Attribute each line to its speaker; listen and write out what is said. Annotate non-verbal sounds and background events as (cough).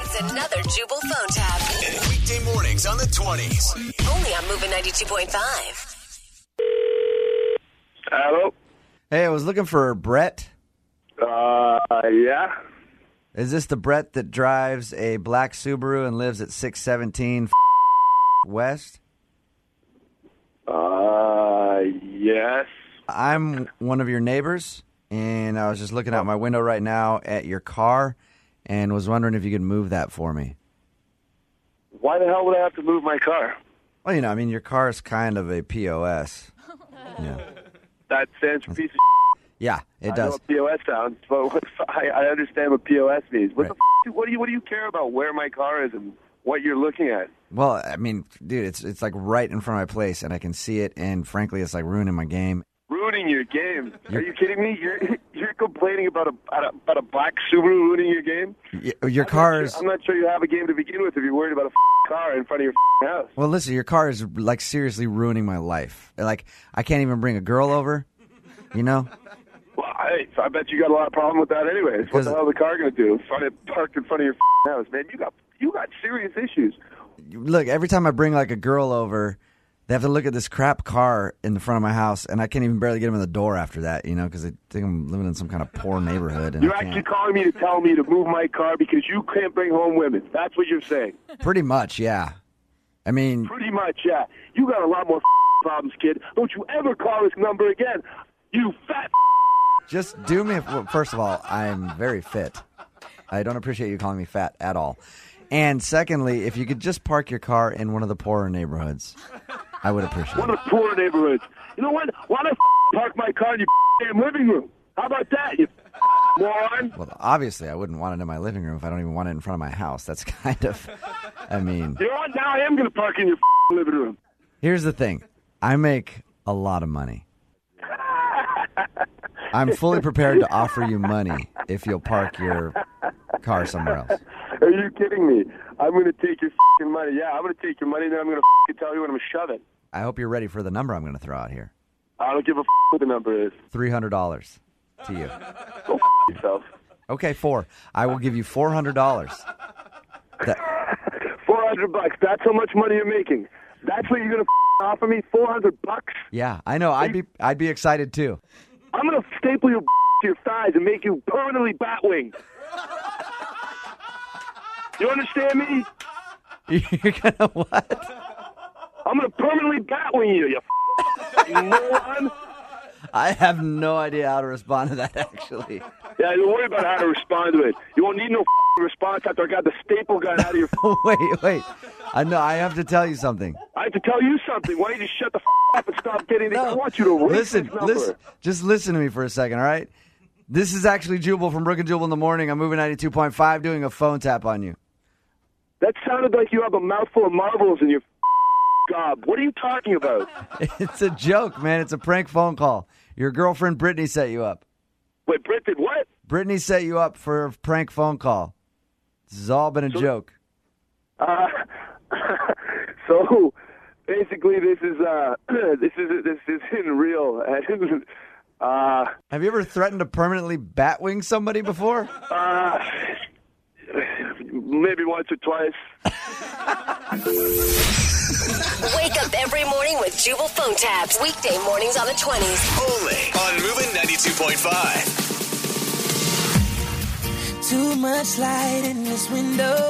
Speaker 1: It's another Jubal phone tab.
Speaker 2: And weekday mornings on the 20s.
Speaker 1: Only on Moving 92.5.
Speaker 3: Hello.
Speaker 4: Hey, I was looking for Brett.
Speaker 3: Uh, yeah.
Speaker 4: Is this the Brett that drives a black Subaru and lives at 617 West?
Speaker 3: Uh, yes.
Speaker 4: I'm one of your neighbors, and I was just looking out my window right now at your car and was wondering if you could move that for me.
Speaker 3: Why the hell would I have to move my car?
Speaker 4: Well, you know, I mean, your car is kind of a POS. Yeah,
Speaker 3: That stands for piece of.
Speaker 4: yeah it
Speaker 3: shit. I know
Speaker 4: does.
Speaker 3: what POS sounds, but what, I, I understand what POS means. What
Speaker 4: Right.
Speaker 3: the f- do- What do you What do you care about where my car is and what you're looking at?
Speaker 4: Well, I mean, dude, it's it's like right in front of my place, and I can see it. And frankly, it's like ruining my game.
Speaker 3: Ruining your game? Are you kidding me? You're (laughs) You're complaining about a about a, about a black Subaru ruining your game?
Speaker 4: Y- Your car is
Speaker 3: I'm not sure you have a game to begin with if you're worried about a f- car in front of your f- house.
Speaker 4: Well, listen, your car is like seriously ruining my life. Like, I can't even bring a girl over. You know?
Speaker 3: Well, hey, so I bet you got a lot of problem with that, anyways. What
Speaker 4: Because-
Speaker 3: the hell is the car going to do? Find it parked in front of your f***ing house, man. You got you got serious issues.
Speaker 4: Look, every time I bring like a girl over, they have to look at this crap car in the front of my house, and I can't even barely get them in the door after that. You know, because they think I'm living in some kind of poor neighborhood. And
Speaker 3: You're
Speaker 4: I
Speaker 3: actually
Speaker 4: can't.
Speaker 3: calling me to tell me to move my car because you can't bring home women. That's what you're
Speaker 4: (laughs)
Speaker 3: saying.
Speaker 4: Pretty much, yeah. I mean,
Speaker 3: Pretty much, yeah. You got a lot more f***ing problems, kid. Don't you ever call this number again. You fat.
Speaker 4: just do me. A, well, first of all, I'm very fit. I don't appreciate you calling me fat at all. And secondly, if you could just park your car in one of the poorer neighborhoods, I would appreciate it.
Speaker 3: One of the poorer neighborhoods. You know what? Why don't I f***ing park my car in your f***ing damn living room? How about that, you f***ing moron?
Speaker 4: Well, obviously, I wouldn't want it in my living room if I don't even want it in front of my house. That's (laughs) kind of, I mean,
Speaker 3: You know what? Now I am going to park in your f***ing living room.
Speaker 4: here's the thing I make a lot of money. I'm fully prepared to offer you money if you'll park your car somewhere else.
Speaker 3: Are you kidding me? I'm gonna take your fing money. Yeah, I'm gonna take your money, and then I'm gonna fing tell you when I'm gonna shove it.
Speaker 4: I hope you're ready for the number I'm going to throw out here
Speaker 3: I don't give a f- what the number is.
Speaker 4: $300 to you.
Speaker 3: Go f- yourself.
Speaker 4: Okay, four. I will give you $400. That-
Speaker 3: Four hundred bucks. That's how much money you're making. That's what you're gonna f- offer me. Four hundred bucks.
Speaker 4: yeah, I know. I'd be, I'd be excited too. (laughs)
Speaker 3: I'm gonna staple your to your thighs and make you permanently bat winged. You understand me?
Speaker 4: You're gonna what?
Speaker 3: I'm gonna permanently bat wing you. You f- moron.
Speaker 4: I have no idea how to respond to that. Actually, (laughs)
Speaker 3: Yeah, don't worry about how to respond to it. You won't need no f- response after I got the staple gun out of your
Speaker 4: wait, wait. I know. I have to tell you something.
Speaker 3: I have to tell you something. Why don't you shut the f- up and stop getting it? I want you to raise
Speaker 4: listen,
Speaker 3: this number.
Speaker 4: listen. Just listen to me for a second, all right? This is actually Jubal from Brook and Jubal in the morning. I'm moving 92.5, doing a phone tap on you. (laughs)
Speaker 3: That sounded like you have a mouthful of marbles in your f- gob. What are you talking about?
Speaker 4: It's a joke, man. It's a prank phone call. Your girlfriend Brittany set you up.
Speaker 3: Wait, Brett did what?
Speaker 4: Brittany set you up for a prank phone call. This has all been a joke.
Speaker 3: Uh, (laughs) so basically, this is uh, (clears throat) this is this isn't real. (laughs) And, uh,
Speaker 4: Have you ever threatened to permanently batwing somebody before?
Speaker 3: uh, maybe once or twice.
Speaker 1: Wake up every morning with Jubal phone tabs. Weekday mornings on the 20s.
Speaker 2: Only on Moving 92.5.
Speaker 5: Too much light in this window.